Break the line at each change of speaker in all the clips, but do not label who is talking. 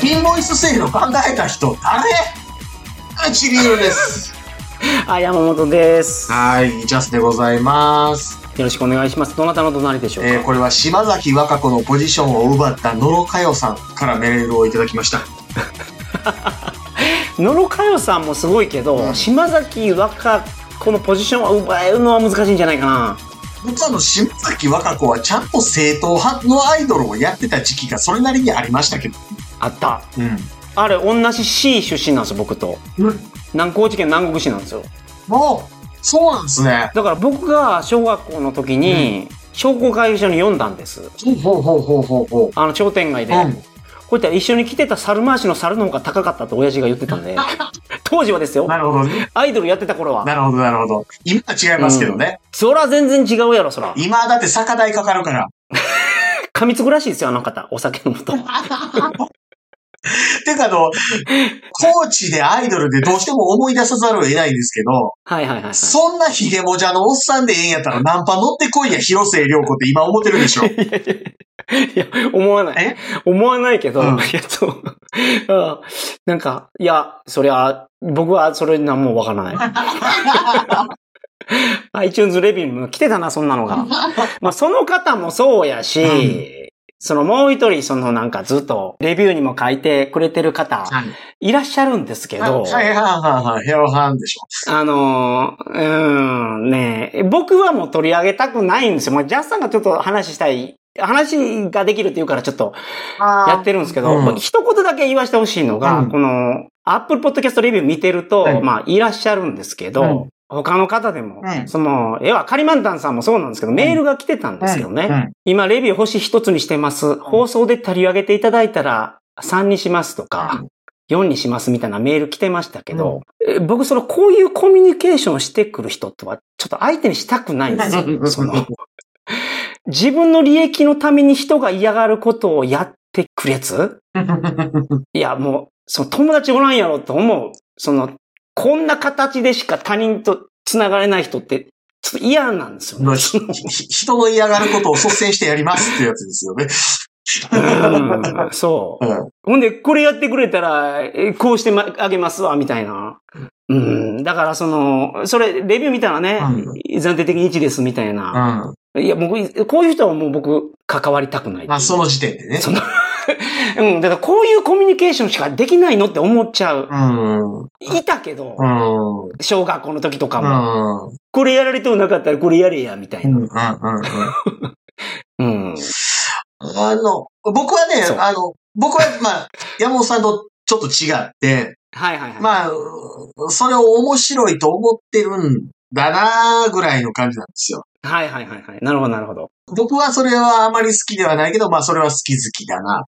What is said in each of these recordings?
ピンボイス制度考えた人誰チリールです
あ、山本です。よ
はいジャスでございます、
ろしくお願いします。どなたの隣でしょうか。
えーこれは島崎和歌子のポジションを奪った野呂佳代さんからメールをいただきました
野呂佳代さんもすごいけど、
うん
島崎和歌子のポジションを奪えるのは難しいんじゃないかな。
実はあの島崎和歌子はちゃんと正統派のアイドルをやってた時期がそれなりにありましたけど
あった。
うん
あれ、同じ C 出身なんですよ、僕と。
うん
南高知県南国市なんですよ。
もうそうなんですね
だから僕が小学校の時に、商工会議所に読んだんです。
ほうほうほうほうほうほう
あの、商店街で。
うん
こういったら一緒に来てた猿回しの猿の方が高かったと親父が言ってたんで。 当時はですよ
な。るほどね
アイドルやってた頃は。
なるほどなるほど今は違いますけどね、
そら全然違うやろ、そら。
今はだって酒代かかるから
噛みつくらしいですよ、あの方。お酒飲むと。
てかあの、高知でアイドルでどうしても思い出さざるを得ないんですけど、
はいはいはいはい。
そんなヒゲもじゃのおっさんでええんやったらナンパ乗ってこいや、広末涼子って今思ってるでしょ。
いや、思わない
え。
思わないけど、
うん
いや、そう。 あなんか、いや、そりゃ、僕はそれなんもわからない。iTunes レビューにも来てたな、そんなの が。まあ、その方もそうやし、
う
そのもう一人、そのなんかずっとレビューにも書いてくれてる
は
方、
い
いらっしゃるんですけど、
はいはいはいはい、ヘロハンでしょ。
あのー、うーん、ねえ僕はもう取り上げたくないんですよ。まあ、ジャスさんがちょっと話したい、話ができるっていうからちょっとやってるんですけど、
うん
一言だけ言わしてほしいのが、
うん
この、アップルポッドキャストレビュー見てると、
はい
まあ、いらっしゃるんですけど、
うん
他の方でも、
うん
その、えはカリマンタンさんもそうなんですけど、メールが来てたんですけどね。
うん
今、レビュー星一つにしてます。放送で取り上げていただいたら、3にしますとか、4にしますみたいなメール来てましたけど、え僕、その、こういうコミュニケーションしてくる人とは、ちょっと相手にしたくないんですよ。その、自分の利益のために人が嫌がることをやってくるやついや、もう、その友達おらんやろと思う。その、こんな形でしか他人と繋がれない人って、ちょっと嫌なんですよ
まあ
ね。
ひひ人の嫌がることを率先してやりますっていうやつですよね。
うんそう。ほんで、これやってくれたら、えこうしてまあげますわ、みたいな。うん。だから、その、それ、レビュー見たらね、
うん
暫定的に1です、みたいな。
うん。
いや、僕、こういう人はもう僕、関わりたくない。
まあその時点でね。
その うん。だから、こういうコミュニケーションしかできないのって思っちゃう
う。ん。うん。
いたけど、
うん。
小学校の時とか
う
も、
ん。うん。
これやられてもなかったらこれやれや、みたいな。
うん。うん。
うん。
あの、僕はね
そう、
あの、僕は、ま あ、山本さんとちょっと違って、
はいはいはい。
まあ、うそれを面白いと思ってるんだなぐらいの感じなんですよ。
はいはいはいはい。なるほどなるほど。
僕はそれはあまり好きではないけど、まあそれは好き好きだな。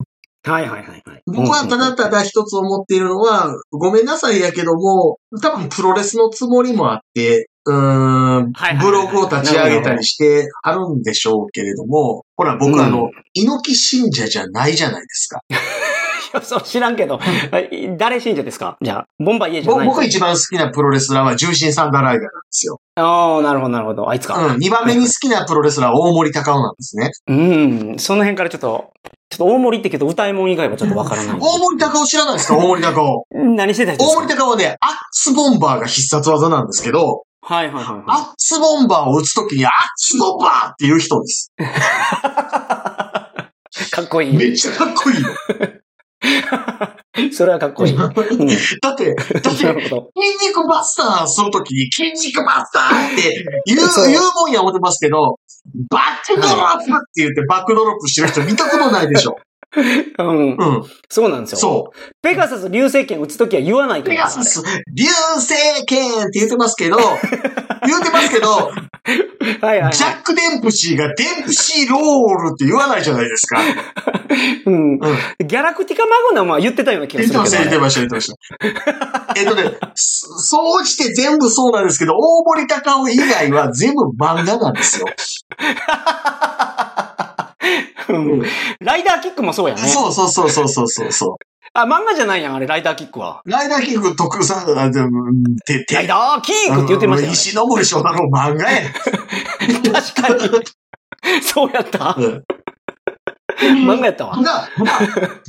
はいはいはいはい。
僕はただただ一つ思っているのは、ごめんなさいやけども、多分プロレスのつもりもあって、うーん
はいはいはい、
ブログを立ち上げたりしてあるんでしょうけれども、ほら僕あ
う
の、猪木信者じゃないじゃないですか。
いやそう知らんけど、誰信者ですかじゃあ、ボンバイ家じゃ
ぼ
ない。
僕一番好きなプロレスラーは重心サンダーライダーなんですよ。
ああ、なるほどなるほど。あいつか。
うん。二番目に好きなプロレスラーは大森高尾なんですね。
うん。その辺からちょっと、ちょっと大森ってけど、歌いもん以外はちょっとわからない。
大森高尾知らないですか大森 高尾。
何してた人です
大
か
森高尾はね、アッツボンバーが必殺技なんですけど、
はいはいはいはい。
アッツボンバーを打つときにアッツボンバーっていう人です。
かっこい
めっ
い。
ちゃかっこいいよ。
それはかっこいい。うん。
だ って、だって、筋
なるほど。
肉バスターするときに筋肉バスターって言う、
そう
言うもんや思ってますけど、バックドロップって言ってバックドロップしてる人見たことないでしょ。
うん。
うん。
そうなんですよ。
そう。
ペガサス流星拳打つときは言わないから。
ペガサス、流星剣って言ってますけ ど、言ってますけど、
はいはいはい。
ジャック・デンプシーがデンプシーロールって言わないじゃないですか。
う
う
ん。
ん。
ギャラクティカマグナムは言ってたような気が
言っ
す
て
る
ま
け
した、
ど
言ってま
ね。
した、言ってました。えっとね、そそうして全部そうなんですけど、大森高尾以外は全部漫画なんですよ。
うんライダーキックもそうやね。
そうそうそうそうそうそうそ
あ、漫画じゃないやん、あれ、ライダーキックは。
う。ライダーキング特産、あでもうんて、て、
ライダーキックって言ってましたよ、ね。
石の森章太郎漫画や。
確かに。そうやった。
うん
漫画やったわ。
が、まあ、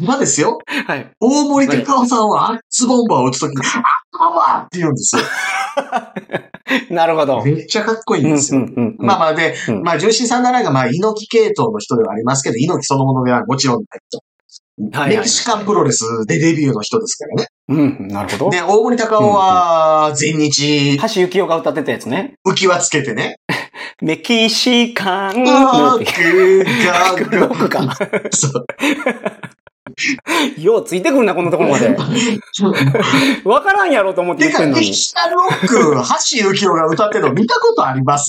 まあですよ。
はい。
大森高尾さんはアッツボンバーを打つときに、アッボンバーって言うんですよ。
なるほど。
めっちゃかっこいい
うんん
ですよ。
うんうんうん
まあまあで、
うん
まあ、重心さんならが、まあ、猪木系統の人ではありますけど、猪木そのものではもちろんないと。
はいはい
メキシカンプロレスでデビューの人ですからね。
うん、なるほど。
で、大森高尾は、全日、
橋幸夫が歌ってたやつね。
浮き輪つけてね。
メキシカン
う
の
わ
やつ。
ー
ロックか。
そう。
ようついてくるな、こんなところまで。わからんやろと思っ
て
て言って
か、
んの
メ
に
キ。シカンロック、橋幸夫が歌ってるの見たことあります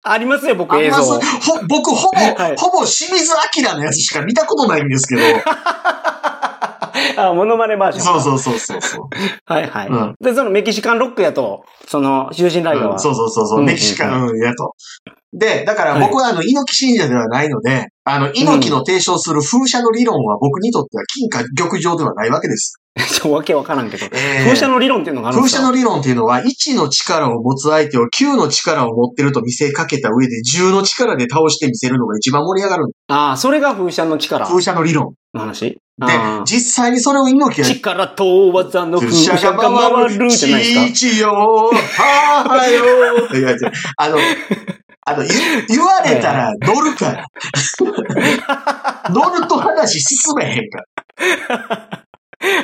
ありますよ、僕
あ
映
りますほ
像。
僕、ほぼ、
はい
ほぼ清水明のやつしか見たことないんですけど。
あ、モノマネバージョン。
そうそうそうそう そう。
はいはい、
うん
で、そのメキシカンロックやと、その、囚人ライブ
う
は。
んそうそうそうそう、
うん
メキシカンうんやと。で、だから
はい
僕はあの、猪木信者ではないので、あの、猪木の提唱する風車の理論は僕にとっては金貨玉状ではないわけです。
ちょ、わけわからんけど。
えー
風車の理論っていうのがあるんで
風
すか
車の理論っていうのは、1の力を持つ相手を9の力を持ってると見せかけた上で、10の力で倒してみせるのが一番盛り上がる。
ああ、それが風車の力
風車の理論。
の話。
で
あ、ー
実際にそれを猪木が
力と技の風車が回るじゃないですか。
父よ、母よ。 いやいやあの、 あの、言言われたら乗る から。乗ると話進めへん から。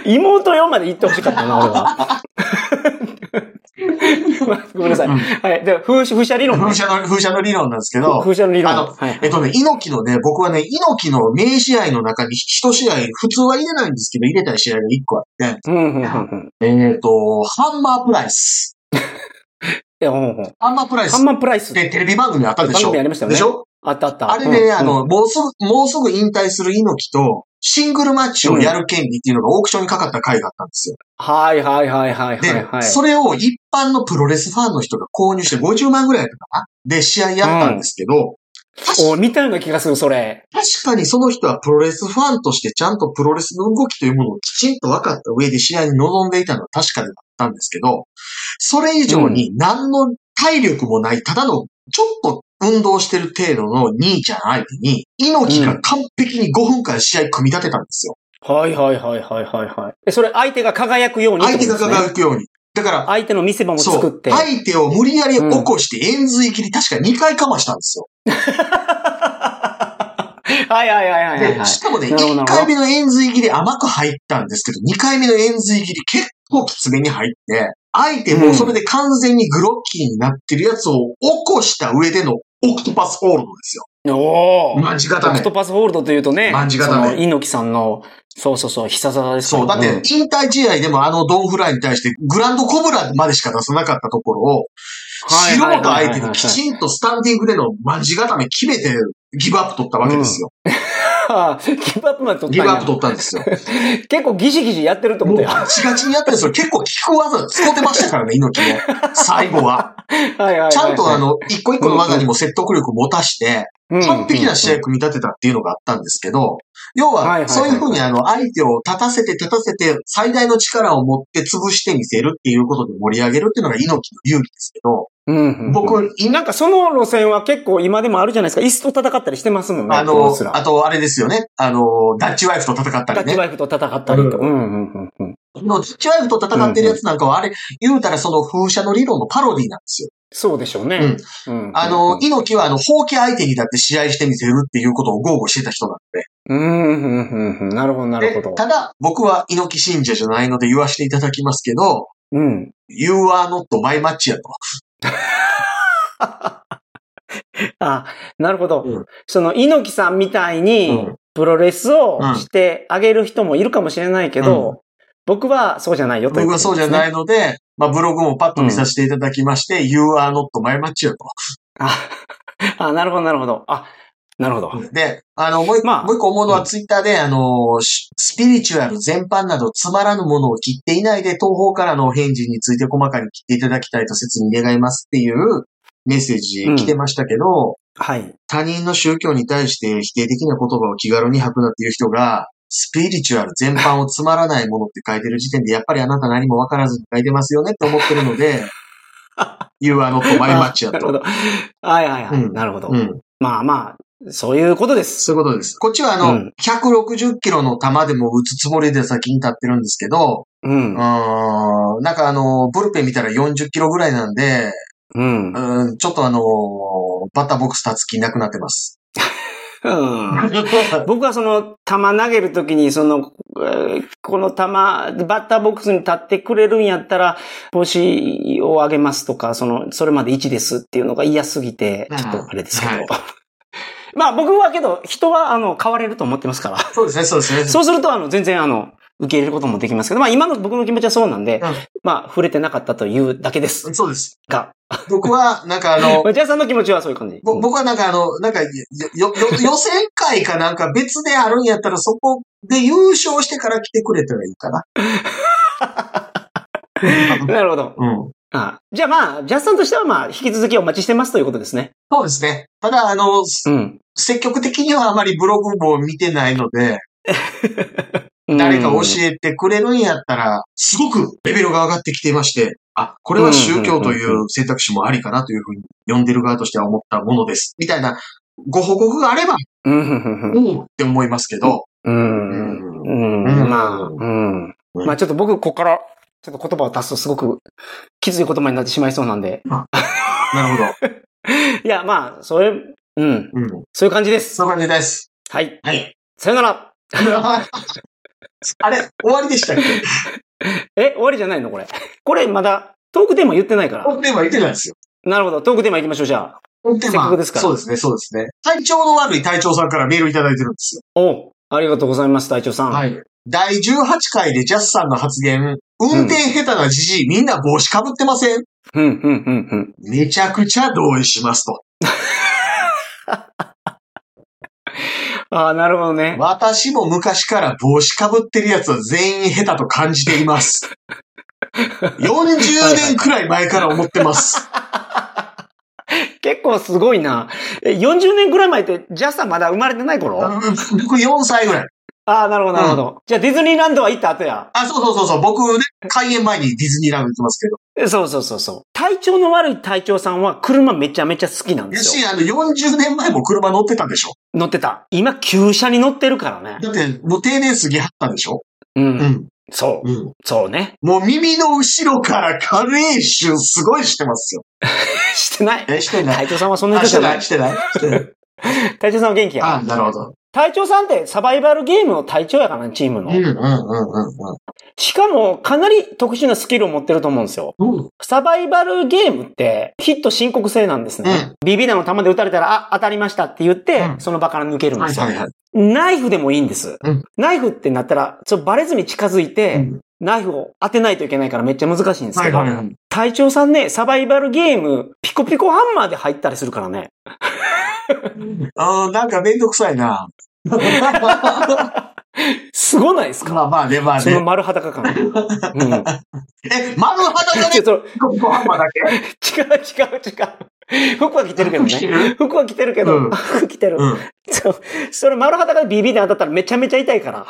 妹よまで言ってほしかったな、俺 は。ごめんなさい。
うん
はい。で、風車風車理論ね。
風車の、風車の理論なんですけど、
風車の理論。
あの
はいはい
えっとね、猪木のね、僕はね、猪木の名試合の中に一試合、普通は入れないんですけど、入れたい試合が一個あって、
うんうんうんうん。
えっ、と、ハンマープライス。
いや、ほんほん。
ハンマープライ
ハ
ス
ンマープライス
ってテレビ番組あったでし
番
ょ
組ありましたよね
でしょ
あったあった。
あれで
う
ね、
ん
あ、の、もうすぐ、もうすぐ引退する猪木と、シングルマッチをやる権利っていうのがオークションにかかった回があったんですよ。
はいはいはいはいは
で、
いはい。
それを一般のプロレスファンの人が購入して50万ぐらいだったかなで、試合やったんですけど、確
お、見たような気がする、それ。
確かにその人はプロレスファンとしてちゃんとプロレスの動きというものをきちんと分かった上で試合に臨んでいたのは確かだったんですけど、それ以上に何の体力もない、ただのちょっと運動してる程度の兄ちゃん相手に、猪木が完璧に5分間試合組み立てたんですよ。
はいはいはいはいはいはい。え、それ相手が輝くようにって
相
こ
手が
とですね、
輝くように。だから、
相手の見せ場も
そ
作っ
う、
て。
相手を無理やり起こして円髄切り、確か2回かましたんですよ。
はい はいはいはいはいは
で、
い。
しかもね、
なるほどな
1
るほど
回目の円髄切り甘く入ったんですけど、2回目の円髄切り結構きつめに入って、相手もそれで完全にグロッキーになってるやつを起こした上でのオクトパスホールドですよ。
おー。
マジ
オ
固め
ク。トパスホールドというとね、
卍固
そ
め
の猪木さんの、そうそうそう、必殺技ですか
そう。だ
ら
っ
ね
て、引退試合でもあのドンフライに対して、グランドコブラまでしか出さなかったところを、
はい
素
はい
人
はいはい
相手にきちんとスタンディングでのマジ固め決めて、ギブアップ取ったわけですよ。
あーギブアップまで取
ギ
ったん
ブ
や
アップ取ったんですよ。
結構ギシギシやってるって
も
こ
う
とや。
ガチガチにやってるんですよ。結構効く技使ってました からね、猪木も。最後は。
はいはいはいはい。
ちゃんとあ、の、一個一個の技にも説得力を持たして、完璧な試合
合。
組み立てたっていうのがあったんですけど、要
はいはいは
は、
い
そういうふうにあの、相手を立たせて立たせて、最大の力を持って潰してみせるっていうことで盛り上げるっていうのが猪木の勇気ですけど、
うんうんうん
僕、今、
なんかその路線は結構今でもあるじゃないですか。椅子と戦ったりしてますもんね。
あ
プロ
の
レスラ、ー
あとあれですよね、あの、ダッチワイフと戦った
ガ
り
ッチ
ね。
ワイフと戦ったりと。
う
うんうんうんうん。
のダッチワイフと戦ってるやつなんかは、あれ、言うたらその風車の理論のパロディなんですよ。
そうでしょうね。うん
あの、、猪木はあの、放棄相手にだって試合してみせるっていうことを豪語してた人なんで。
うんうんうんうん。なるほど、なるほ
で
ど。
ただ、僕は猪木信者じゃないので言わせていただきますけど、
うん。
You are not my match やと。
あ、なるほど。
うん
その、猪木さんみたいに
うん、
プロレスをしてあげる人もいるかもしれないけど、僕はそうじゃないよとい
僕
うこ
は
とで
そ
すね、
うじゃないので、まあ、ブログもパッと見させていただきまして、You are not my match やと。
あ。 あ、なるほど、なるほど。あ、なるほど。
で、あの、もう一個、
まあ
もう一個思うの
う
は
ん
ツイッターで、あの、しスピリチュアル全般などつまらぬものを切っていないで、東方からのお返事について細かに切っていただきたいと切に願いますっていうメッセージ来てましたけど、
はい。
他人の宗教に対して否定的な言葉を気軽に吐くなっていう人が、スピリチュアル全般をつまらないものって書いてる時点で、やっぱりあなた何もわからずに書いてますよねって思ってるの で、You are not my match や
なるほ
と。
ど。はいはいはい。
うん
なるほど。
うん。
まあまあ、そういうことです。
そういうことです。こっちはあの、
うん
160キロの球でも打つつもりで先に立ってるんですけど、
う。
うんーん、なんかあの、ブルペン見たら40キロぐらいなんで、
うん。うん。
うん、ちょっとあのバッターボックス立つ気なくなってます。
僕はその、球投げるときに、その、えーこの球、バッターボックスに立ってくれるんやったら、星を上げますとか、その、それまで1ですっていうのが嫌すぎて、
うん
ちょっとあれですけど。
はい
まあ僕はけど、人はあの、変われると思ってますから。
そうですね、そうですね。
そうすると、あの、全然あの、受け入れることもできますけど、まあ今の僕の気持ちはそうなんで、
うん
まあ触れてなかったというだけです
そうです。
が、
僕は、なんかあの、
町田さんの気持ちはそういう感じ。
ぼ僕はなんかあの、なんか、よ、よ、よ予選会かなんか別であるんやったらそこで優勝してから来てくれたらいいかな。
うん なるほど。
うん。
あじゃあまあ、ジャスさんとしてはまあ、引き続きお待ちしてますということですね。
そうですね。ただ、あの、す
うん。
積極的にはあまりブログも見てないので、誰か教えてくれるんやったら、すごくレベルが上がってきていまして、あ、これは宗教という選択肢もありかなというふうに読んでる側としては思ったものです。みたいな、ご報告があれば、
うん。うんうん
うんって思いますけど、
うん。うん。
うん
まあ、うん。
うん
まあちょっと僕、ここから、ちょっと言葉を足すとすごく、きつい言葉になってしまいそうなんで。
なるほ
いや、まあ、それ、う
ど。
ん。
うん。
そういう感じです。
そんな感じです。
はい。
はい。
さよなら。
あれ、終わりでしたっけ
え、終わりじゃないのこれ。これまだ、トークテーマ言ってないから
本。テーマ言ってないですよ。
なるほど。トークテーマ行きましょう、じゃあ。
本テー
せっ
マ
かくですから
そうですね、そうですね。体調の悪い隊長さんからメールいただいてるんです
おうありがとうございます、隊長さん。
よ。い。第18回でジャスさんの発言、運転下手なじじい、みんな帽子かぶってません
うん、うん、うん、うん。
めちゃくちゃ同意しますと。
ああ、なるほどね。
私も昔から帽子かぶってるやつは全員下手と感じています。40年くらい前から思ってます。
結構すごいな。え40年ぐらい前って、ジャスさんまだ生まれてない頃、あ
うん僕4歳ぐらい。
あ、なるほど、なるほど。じゃあディズニーランドは行った後や。
あ、そうそうそうそう。僕ね、開園前にディズニーランド行ってますけど。
えそうそうそうそう。体調の悪い隊長さんは車めちゃめちゃ好きなんで
や
す
し、
よ。
あの、40年前も車乗ってたんでしょ
乗ってた。今、旧車に乗ってるからね。
だって、もう定年過ぎはったんでしょ
うん。
ん。
そうう。
ん。
そうね。
もう耳の後ろから加齢臭すごいしてますよ。
してない。
え、してない。
隊長さんはそんな
あ、
人
し
じ
て
ゃな
ないい、。してない。してない。
隊長さんは元気や。
あ、なるほど。
隊長さんってサバイバルゲームの隊長やからね、チーム
う
の
ん、う。ん、うん、うん
しかも、かなり特殊なスキルを持ってると思うんですよ。
うん。うん。
サバイバルゲームって、ヒット申告制なんですね。ビビダの弾で撃たれたら、あ、当たりましたって言って、
うん
その場から抜けるん
は
で
い、
すよ。
はい、はい。
ナイフでもいいんです。
うん
ナイフってなったら、ちょっとバレずに近づいて、
うん
ナイフを当てないといけないからめっちゃ難しいんです
は
け
い、
ど、
はいはい。
隊長さんね、サバイバルゲーム、ピコピコハンマーで入ったりするからね。
あーなんかめんどくさい な。まあ
すごないですか、
まあね、まあ
その
ね。
丸 裸感。うん。
え、丸裸
ちょ
で
っと
ご飯まだけ
違う違う違う。服は着てるけどね。
ね。
服は着てるけど、
うん
服着てる。
うん。
そうそれ丸裸でビビで当たったらめちゃめちゃ痛いから。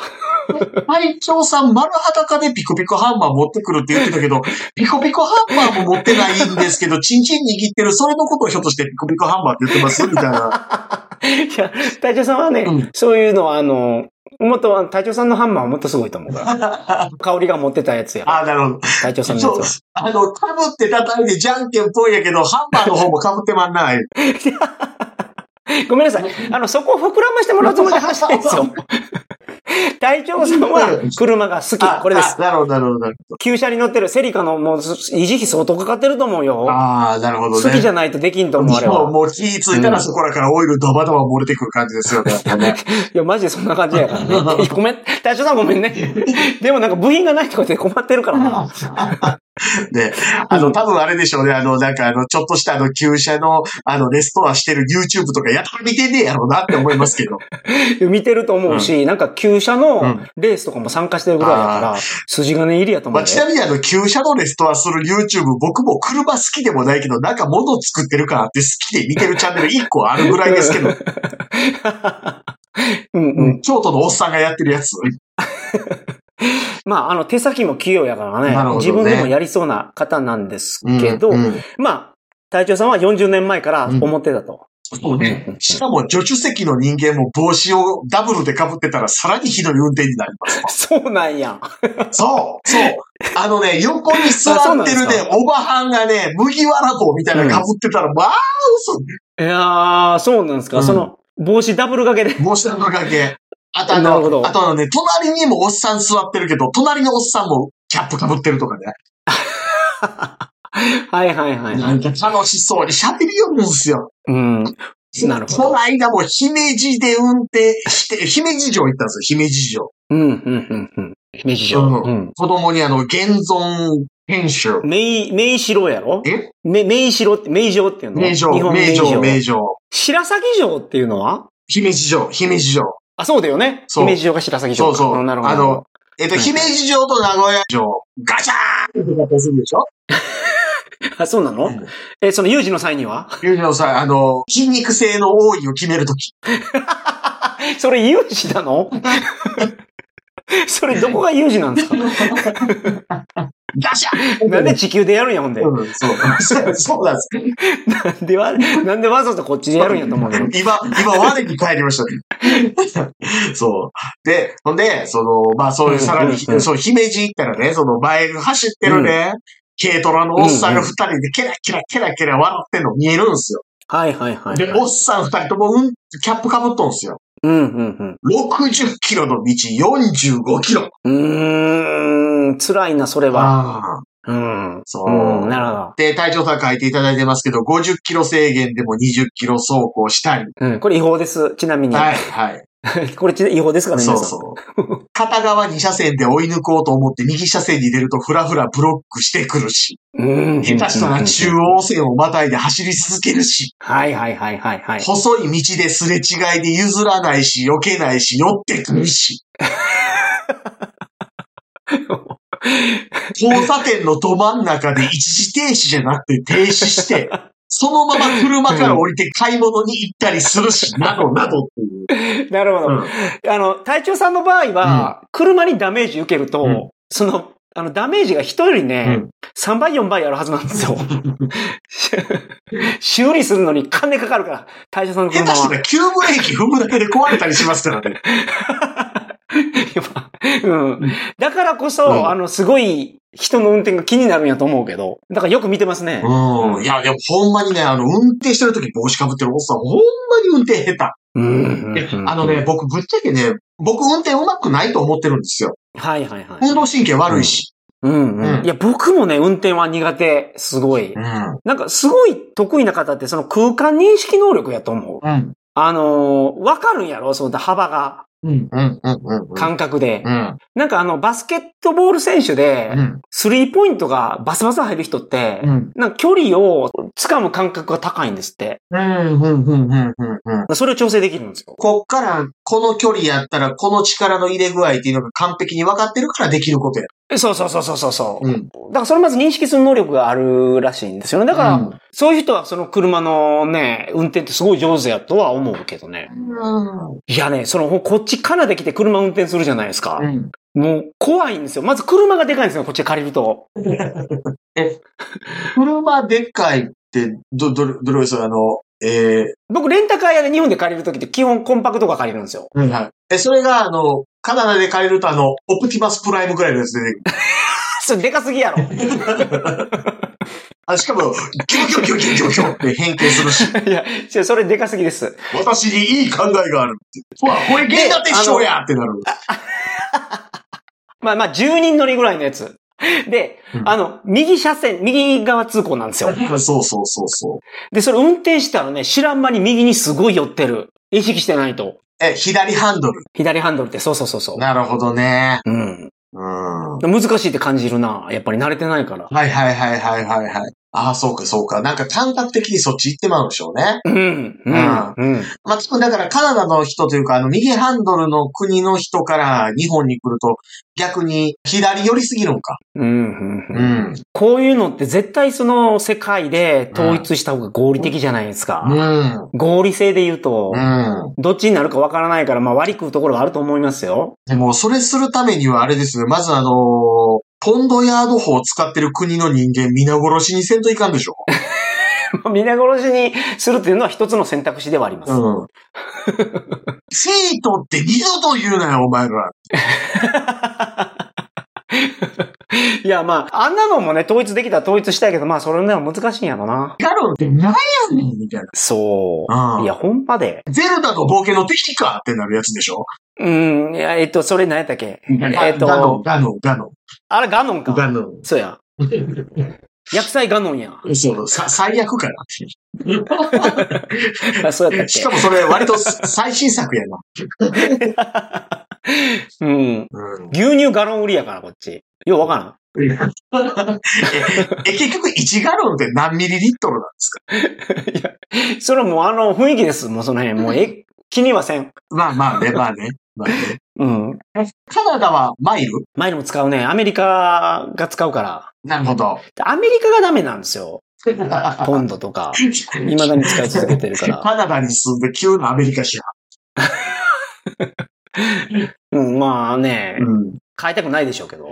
隊長さん、丸裸でピコピコハンマー持ってくるって言ってた けど、ピコピコハンマーも持ってないんですけど、チンチン握ってる、それのことをひょっとしてピコピコハンマーって言ってますみたい な。
いや、隊長さんはね、
うん
そういうのはあの、もっと、あの隊長さんのハンマーはもっとすごいと思うから。 香りが持ってたやつや。
ああ、なるほ
隊長さん
ど。
のや
そ
つ
う
は。。
あの、被って叩いてじゃんけんぽいやけど、ハンマーの方も被ってまんない。
ごめんなさ い。あの、そこを膨らましてもらうつもりで話してないんですよ。隊長さんは車が好
あ
き。これで
あ
す。
なるほど、なるほどなるほ
旧車に乗ってるセリカのもう維持費相当かかってると思う
ど。
よ。
ああ、なるほど
好
ね。
きじゃないとできんと思うあれ
もう、
は。
もう気ぃついたらそこらからオイルドバドバ漏れてくる感じ ですよね。
いや、マジでそんな感じやからね。ごめん、隊長さんごめ んね。でもなんか部品がないとかで困ってるからな。
で、あの、多分あれでしょうね。あの、なんかあの、ちょっとしたあの、旧車の、あの、レストアしてる YouTube とかやったら見てねえやろうなって思いますけ ど。
見てると思うし、なんか旧
う
車の
ん
レースとかも参加してるぐらいだから、筋金入りやと思
ま
う
あ、
よ。
ちなみにあの、旧車のレストアする YouTube、僕も車好きでもないけど、なんか物作ってるからって好きで見てるチャンネル1個あるぐらいですけど、
うんうん。
京都のおっさんがやってるやつ。
まあ、あの、手先も器用やからね
なるほどね
自分でもやりそうな方なんですけど、
うんうん
まあ、隊長さんは40年前から思ってたと。
そうね。しかも助手席の人間も帽子をダブルで被ってたらさらにひどい運転になります。
そうなんや。
そう、そう。あのね、横に座
あそうな
っ
ん
て
です
る
か
ね、おばはんがね、麦わら帽みたいなの被ってたら、まあ、嘘。
いやー、そうなんですか。
うん
その、帽子ダブル掛けで。
帽子の掛け。あとあ
なるほど
の、あとあのね、隣にもおっさん座ってるけど、隣のおっさんもキャップ被ってるとかね。
はいはいはいは。
ないんか楽しそうに喋りよるんですよ。
うん。なるほど
この間も姫路で運転して、姫路城行ったんですよ、姫路城。
うん、うん、うん、うん。姫路城。
う
うん。
子供にあの、現存編集。
名、名城やろ
え
め名城って、名城っていうの
名城
日、本
名城、名
名城。
城。
白崎城っていうのは
姫路城、姫路城。
あ、そうだよね。
そう
姫路城が白崎城か。
そうそう
うんなるほど。
あのえっと、
うん
姫路城と名古屋城、ガチャーンって合体するでしょ
あ、そうなの、
うん
え、その有事の際には
ゆうのさん、あの、筋肉性の王位を決めるとき。
それ有事なの それどこが有事なんで すか
ガシャーン
なんで地球でやるんや、ほんで。
うん、そう。 そうなんです。
なんでわ、なんでわざとこっちでやるんやと思うけど。
今、今、我に帰りましたね。そう。で、ほんで、その、まあ、そういう、さらに、
うんうんうん
そう、姫路行ったらね、その、前走ってるね、軽トラのおっさんが二人で、ケラケラケラケラ笑ってんの見えるんですよ。
はいはいはい。
で、おっさん二人とも、うん、キャップかぶっとんすよ。
うんうん
60キロの道、45キロ。
うん。うーん、辛いな、それは。
ああ。
うん。
そう
うん、なるほど。
で、隊長さん書いていただいてますけど、50キロ制限でも20キロ走行したり。
うん、これ違法です。ちなみに。
はい、はい。
これち違法ですからね、
そう
皆さん。
そう。片側2車線で追い抜こうと思って右車線に出るとフラフラブロックしてくるし、
うん。
下手したら中央線をまたいで走り続けるし、
はいはいはいはいはい。
細い道ですれ違いで譲らないし、避けないし、寄ってくるし、交差点のど真ん中で一時停止じゃなくて停止して、そのまま車から降りて買い物に行ったりするし、などなどっていう。
なるほど。
うん
あの、隊長さんの場合は、車にダメージ受けると、
うん
その、あの、ダメージが人よりね、
うん
3倍4倍あるはずなんで すよ。修理するのに金かかるから、隊長さんの
下
車
手し
は
た。ら急ブレーキ踏むだけで壊れたりしますからね。
やっぱ うん。だからこそ、
うん
あの、すごい人の運転が気になるんやと思うけど、だからよく見てますね。
うん。いや、でもほんまにね、あの、運転してる時帽子かぶってるおっさん、ほんまに運転下
うん
手。であのね、、僕、ぶっちゃけね、僕運転上手くないと思ってるんですよ。
はいはいはい。
運動神経悪いし。
うんうん。
うん
いや、僕もね、運転は苦手。すごい。
ん。
なんか、すごい得意な方って、その空間認識能力やと思う。
うん。
あのーわかるんやろその幅が、
うん。うん。うん。うん。
感覚で。
うん。
なんかあの、バスケットボール選手で
う、ん。
スリーポイントがバサバサ入る人って、
うん。
なんか距離を掴む感覚が高いんですって。
うん。うん。うん。うん。
それを調整できるんですよ。
こっから、この距離やったら、この力の入れ具合っていうのが完璧に分かってるからできることや。
そうそうそうそうそうそう。
ん。
だからそれまず認識する能力があるらしいんですよね。だから、そういう人はその車のね、運転ってすごい上手やとは思うけどね。
うん。
いやね、その、こっちからできて車運転するじゃないですか。
うん。
もう怖いんですよ。まず車がでかいんですよ、こっちで借りると。
車でっかいって、ど、どれ、どれですあの、えー、
僕、レンタカー屋で日本で借りるときって基本コンパクトが借りるんですよ。
はいはい。え、それが、あの、カナダで借りると、あの、オプティマスプライムぐらいのやつで、
それでかすぎやろ。
あ、しかも、キョキョキョキョキョキョって変形す るし、
いや、違うそれでかすぎです。
私にいい考えがあるって。ほら、これ原価鉄章やってなる。
まあまあ、10人乗りぐらいのやつ。で、
うん
あの、右車線、右側通行なんですよ。
そうそうそうそう。
で、それ運転したらね、知らん間に右にすごい寄ってる。意識してないと。
え、左ハンドル。
左ハンドルって、そうそうそうそう。
なるほどね。
うん。
うん。は
難しいって感じるな。やっぱり慣れてないから
い。はいはいはいはいはい。ああ、そうかそうか。なんか感覚的にそっち行ってまうんでしょうね。
うん。う
あ
ん。うん。
まあ、多分だからカナダの人というか、あの、右ハンドルの国の人から日本に来ると、逆に左寄りすぎるのか。
うん。
う
うん。
ん。
こういうのって絶対その世界で統一した方が合理的じゃないですか。
うん。
合理性で言うと、
うん。
どっちになるかわからないから、まあ割り食うところがあると思いますよ。
でも、それするためにはあれですね、まずあのーポンドヤード法を使ってる国の人間皆殺しにせんといかんでしょ
まあ皆殺しにするっていうのは一つの選択肢ではあります。
うん。生徒って二度と言うなよ、お前ら。
いや、まあ、あんなのもね、統一できたら統一したいけど、まあ、それでも難しいんやろな。
ガロンって何やねんみたい
そう
な。。うん
いや、ほんまで。
ゼルダの冒険の敵かってなるやつでしょ
うん、いや、えっと、それ何やったっけえっ
ガノン、
と、
ガノン、ガノ
あれガノン
ン。ガ
か。
ノ
そうや。薬剤ガノンや。
ン。そう、 さ最悪か
あ そう
な。
やったっ
しかもそれ割と最新作やな。
け うん。
うん。
牛乳ガロン売りやから、こっち。ようわからん。
え、え結局1ガロンって何ミリリットルなんですか
いや、それはもうあの雰囲気です。もうその辺。もう、え、気にはせん。
まあまあね、まあね。まあね
うん。
カナダはマイル
マイルも使うね。アメリカが使うから。
なるほど。
でアメリカがダメなんですよ。ポンドとか。未だに使い続けてるから。
カナダに住んで急なアメリカ支
うん、まあね
配。、うん。
変えたくないでしょうけど。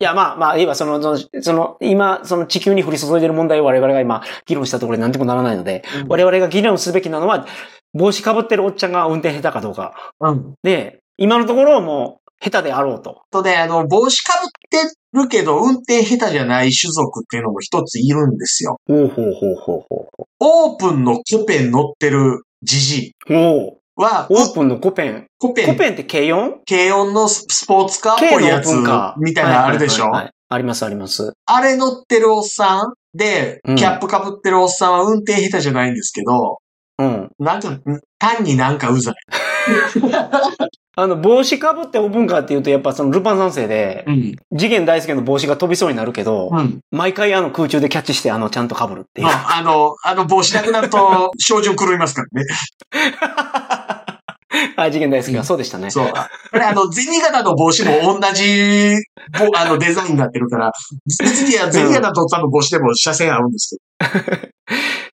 いや、まあまあ、今その、その、その今、その地球に降り注いでる問題を我々が今、議論したところで何でもならないので、我々が議論すべきなのは、帽子かぶってるおっちゃんが運転下手かどうか。
うん。
で、今のところもう、下手であろうと。
とね、あの、帽子かぶってるけど、運転下手じゃない種族っていうのも一ついるんですよ。
ほうほうほうほうほう。
オープンのコペン乗ってるジジイ
おう
は、
オープンのコペン。
コペ
コ
ン、
ペンって K4?
軽音のススポーツカーっぽいやつ
K のオープンカー
みたいなのあるでしょ
はいはいはいはいありますあります。
あれ乗ってるおっさんで、
うん
キャップかぶってるおっさんは運転下手じゃないんですけど、
うん。
なんか、ん単になんかうざい。
あの、帽子かぶってオープンカーって言うと、やっぱそのルパン三世で、
うん。
次元大介の帽子が飛びそうになるけど、
うん。
毎回あの空中でキャッチして、あの、ちゃんと被るっていう。
ああの、あの帽子なくなる と、症状狂いますからね。
あ、次元大好き
うん
が、そうでしたね。
そう。あれ、あの、銭形の帽子も同じ、ぼあの、デザインになってるから、別に、いや銭形と多分帽子でも車線合うんです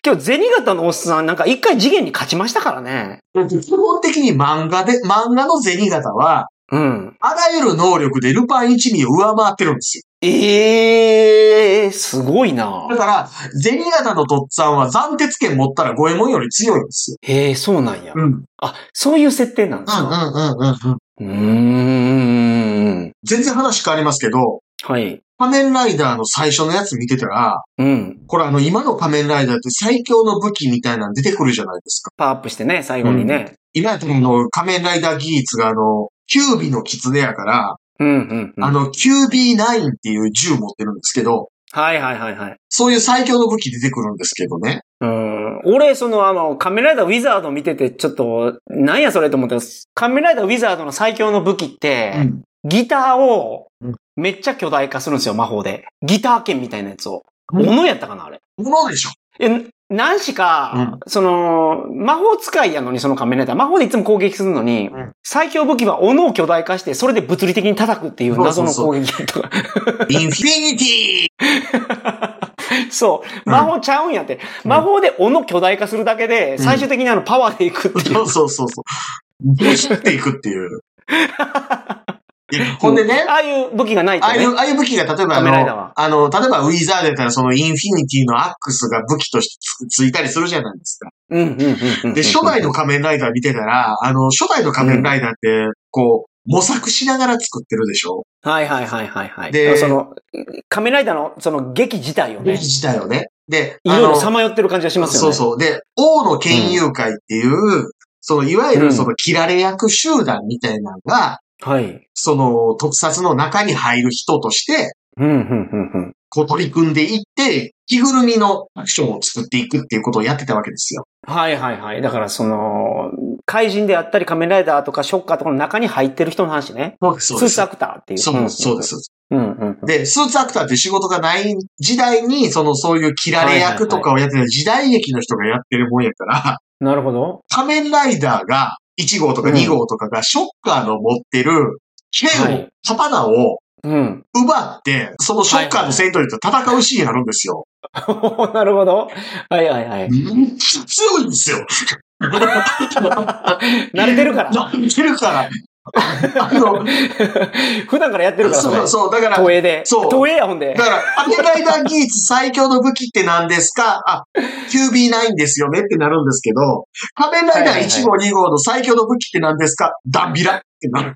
今日、銭形のおっさん、なんか一回次元に勝ちましたからね。
けど。基本的に漫画で、漫画の銭形は、
うん。
あらゆる能力でルパン一味を上回ってるんです
ええー、すごいな
よ。だ。から、銭形のとっつぁんは斬鉄剣持ったら五右衛門より強いんですよ。
ええー、そうなんや。
うん。うん
あ、そういう設定なんですか。
うんうんうん。
うーん。
全然話変わりますけど、
はい。
仮面ライダーの最初のやつ見てたら、
うん。
これあの今の仮面ライダーって最強の武器みたいなの出てくるじゃないですか。
パワーアップしてね、最後にね。
今やったらあの、仮面ライダー技術があの、キュービの狐やから、
うん、うん、うん。
あの、QB9 っていう銃持ってるんですけど、
はいはいはいはい。
そういう最強の武器出てくるんですけどね。
うん、俺、その、あの、仮面ライダーウィザード見てて、ちょっと、なんやそれと思ったんです。仮面ライダーウィザードの最強の武器って、
うん。
ギターを
うん、
めっちゃ巨大化するんですよ、魔法で。ギター剣みたいなやつを。
うん
斧やったかな、あれ。
ものでしょ。
え、何しか、その、魔法使いやのに、その仮面ライダー。魔法でいつも攻撃するのに、
うん
最強武器は斧を巨大化して、それで物理的に叩くっていう謎の攻撃とか。
インフィニテ
そう。
うん
魔法ちゃうんやって。
うん
魔法で斧巨大化するだけで、最終的にあのパワーでいくって
ィ
いう。
そうそうそうそう。 どしっていくっていう。いやほんでね、
ああいう武器がないと
ああい
ね
う、。ああいう武器が例えばあ
仮面ライダー
の
は、
あの、例えばウィザードやったらそのインフィニティのアックスが武器としてつついたりするじゃないですか。
うんうんうんうんうん。
で、初代の仮面ライダー見てたら、あの、初代の仮面ライダーって、こう、模索しながら作ってるでしょ
はいはいはいはいはい。
で
その、仮面ライダーのその劇自体をね、
自体をね。で、
い
あ
ろい
の
ろさまよってる感じがしますよ
そう
ね。う。
そう。で、王の剣友会っていう、その、いわゆ
う
る
ん
その、切られ役集団みたいなのが、
はい。
その、特撮の中に入る人として、
うんうんうんうん。
こう取り組んでいって、着ぐるみのアクションを作っていくっていうことをやってたわけですよ。
はいはいはい。だからその、怪人であったり仮面ライダーとかショッカーとかの中に入ってる人の話ね。
そうです、
スーツアクターっていう。
そうです、そうです。
うんうんうん。
で、スーツアクターって仕事がない時代に、その、そういう切られ役とかをやってる時代劇の人がやってるもんやから、
なるほど。
仮面ライダーが、1号とか
うん
2号とかがショッカーの持ってる
は
剣を
い、
刀を
うん。
奪って、そのショッカーの戦闘員と戦うシーンになるんですよ。
なるほど。はいはいはい。
めっ ちゃ強いんですよ。
慣れてるから。
なってるから。あの、
普段からやってるから、そ
そう
れ。
そう、だから、
東映で。
そう
東映や、ほんで
だ。から、アメライダー技術最強の武器って何ですかあ、QB9 ですよねってなるんですけど、仮面ライダー1号2号の最強の武器って何ですかダンビラってなる。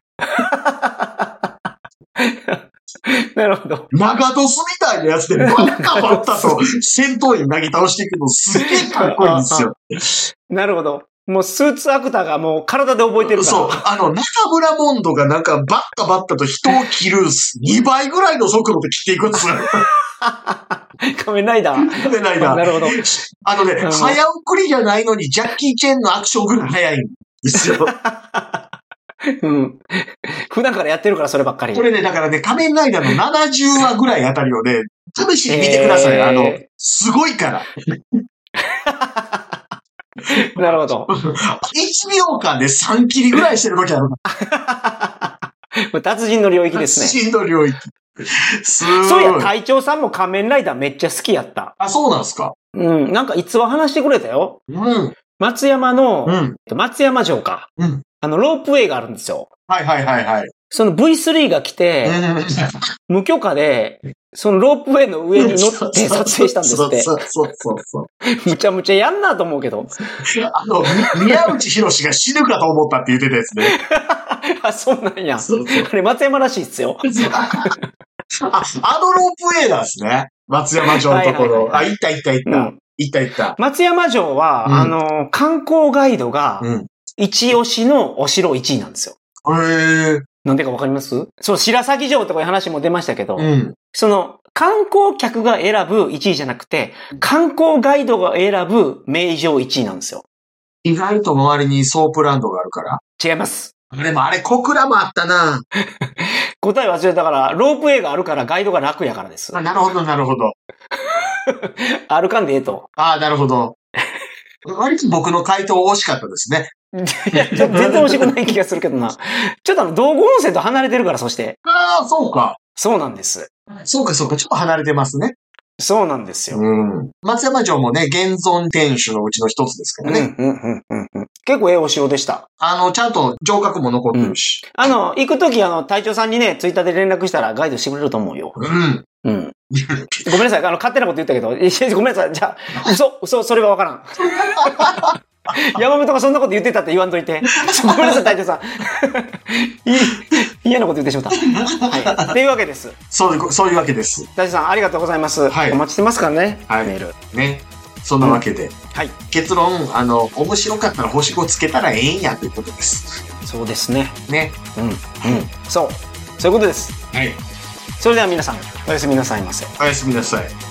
なるほど。
長ドスみたいなやつでバッカバッカと戦闘員投げ倒していくのすげえかっこいいんですよ。
なるほど。もうスーツアクターがもう体で覚えてるから。
そう。あの、中村モンドがなんかバッタバッタと人を切る2倍ぐらいの速度で切っていくんですよ。
仮面ライダー。
仮面ライダー
な。るほど。
あのね、
うん
早送りじゃないのに、ジャッキー・チェンのアクションぐらい早いんですよ。
うん。普段からやってるから、そればっかり。
これね、だからね、仮面ライダーの70話ぐらいあたりをね、試しに見てください。
えー
あの、すごいから。
なるほど。
1秒間で3切りぐらいしてる時ある。
もう達人の領域ですね。
真の領域。す
そういや、
ごい。
隊長さんも仮面ライダーめっちゃ好きやった。
あ、そうなんですか。
うん。なんかいつは話してくれたよ。
うん。
松山の、
うん。
松山城か。
うん
あの、ロープウェイがあるんですよ。
はいはいはいはい。
その V3 が来て、
うん
無許可で、そのロープウェイの上に乗って撮影したんですって。
そうそうそうそう
むちゃむちゃやんなと思うけど。
そう。あの、み宮内博士が死ぬかと思ったって言ってたやつね。
あ、そうなんや。
そうそう
あれ、松山らしいっすよ。
あ、あのロープウェイなんですね。松山城のところ。
は
あ、行った行った行っ
う
た。
ん。
行った行った。
松山城は、
うん
あの、観光ガイドが、
うん。
一押しのお城1位なんですよ。
へえ。
なんでかわかりますそう、白崎城とかいう話も出ましたけど、
うん。
その、観光客が選ぶ1位じゃなくて、観光ガイドが選ぶ名城1位なんですよ。
意外と周りにソープランドがあるから。
違います。
でもあれ、小倉もあったな。
答え忘れたから、ロープウェイがあるからガイドが楽やからです
あ。なるほど、なるほど。
歩かんでええと。
ああ、なるほど。 割と僕の回答惜しかったですね。
いやちょっと全然惜しくない気がするけどな。ちょっとあの、道後温泉と離れてるから、そして。
ああ、そうか。
そうなんです。
そうか、そうか。ちょっと離れてますね。
そうなんですよ。
うん。松山城もね、現存天守のうちの一つですか
うん、
ら
う
ね。
ん、うん、うんうん。結構ええお城でした。
あの、ちゃんと城郭も残ってるし。
あの、行くとき、あの、隊長さんにね、ツイッターで連絡したらガイドしてくれると思うよ。
うん。
うん。ごめんなさい。あの、勝手なこと言ったけど、いやごめんなさい。じゃあ、嘘、嘘、それはわ からん。山本がそんなこと言ってたって言わんといて。ごめんなさい、隊長さん。い嫌なこと言ってしまった。はい。っていうわけです。
そういう、そういうわけです。
大地さん、ありがとうございます。
はい
お待ちしてますからね。
はい
メール。
ね。そんなわけで。
はい。
結論、あの、面白かったら星5つけたらええんやということです。
そうですね。
ね。
うん。うん。そう。そういうことです。
はい。
それでは皆さん、おやすみなさいませ。
おやすみなさい。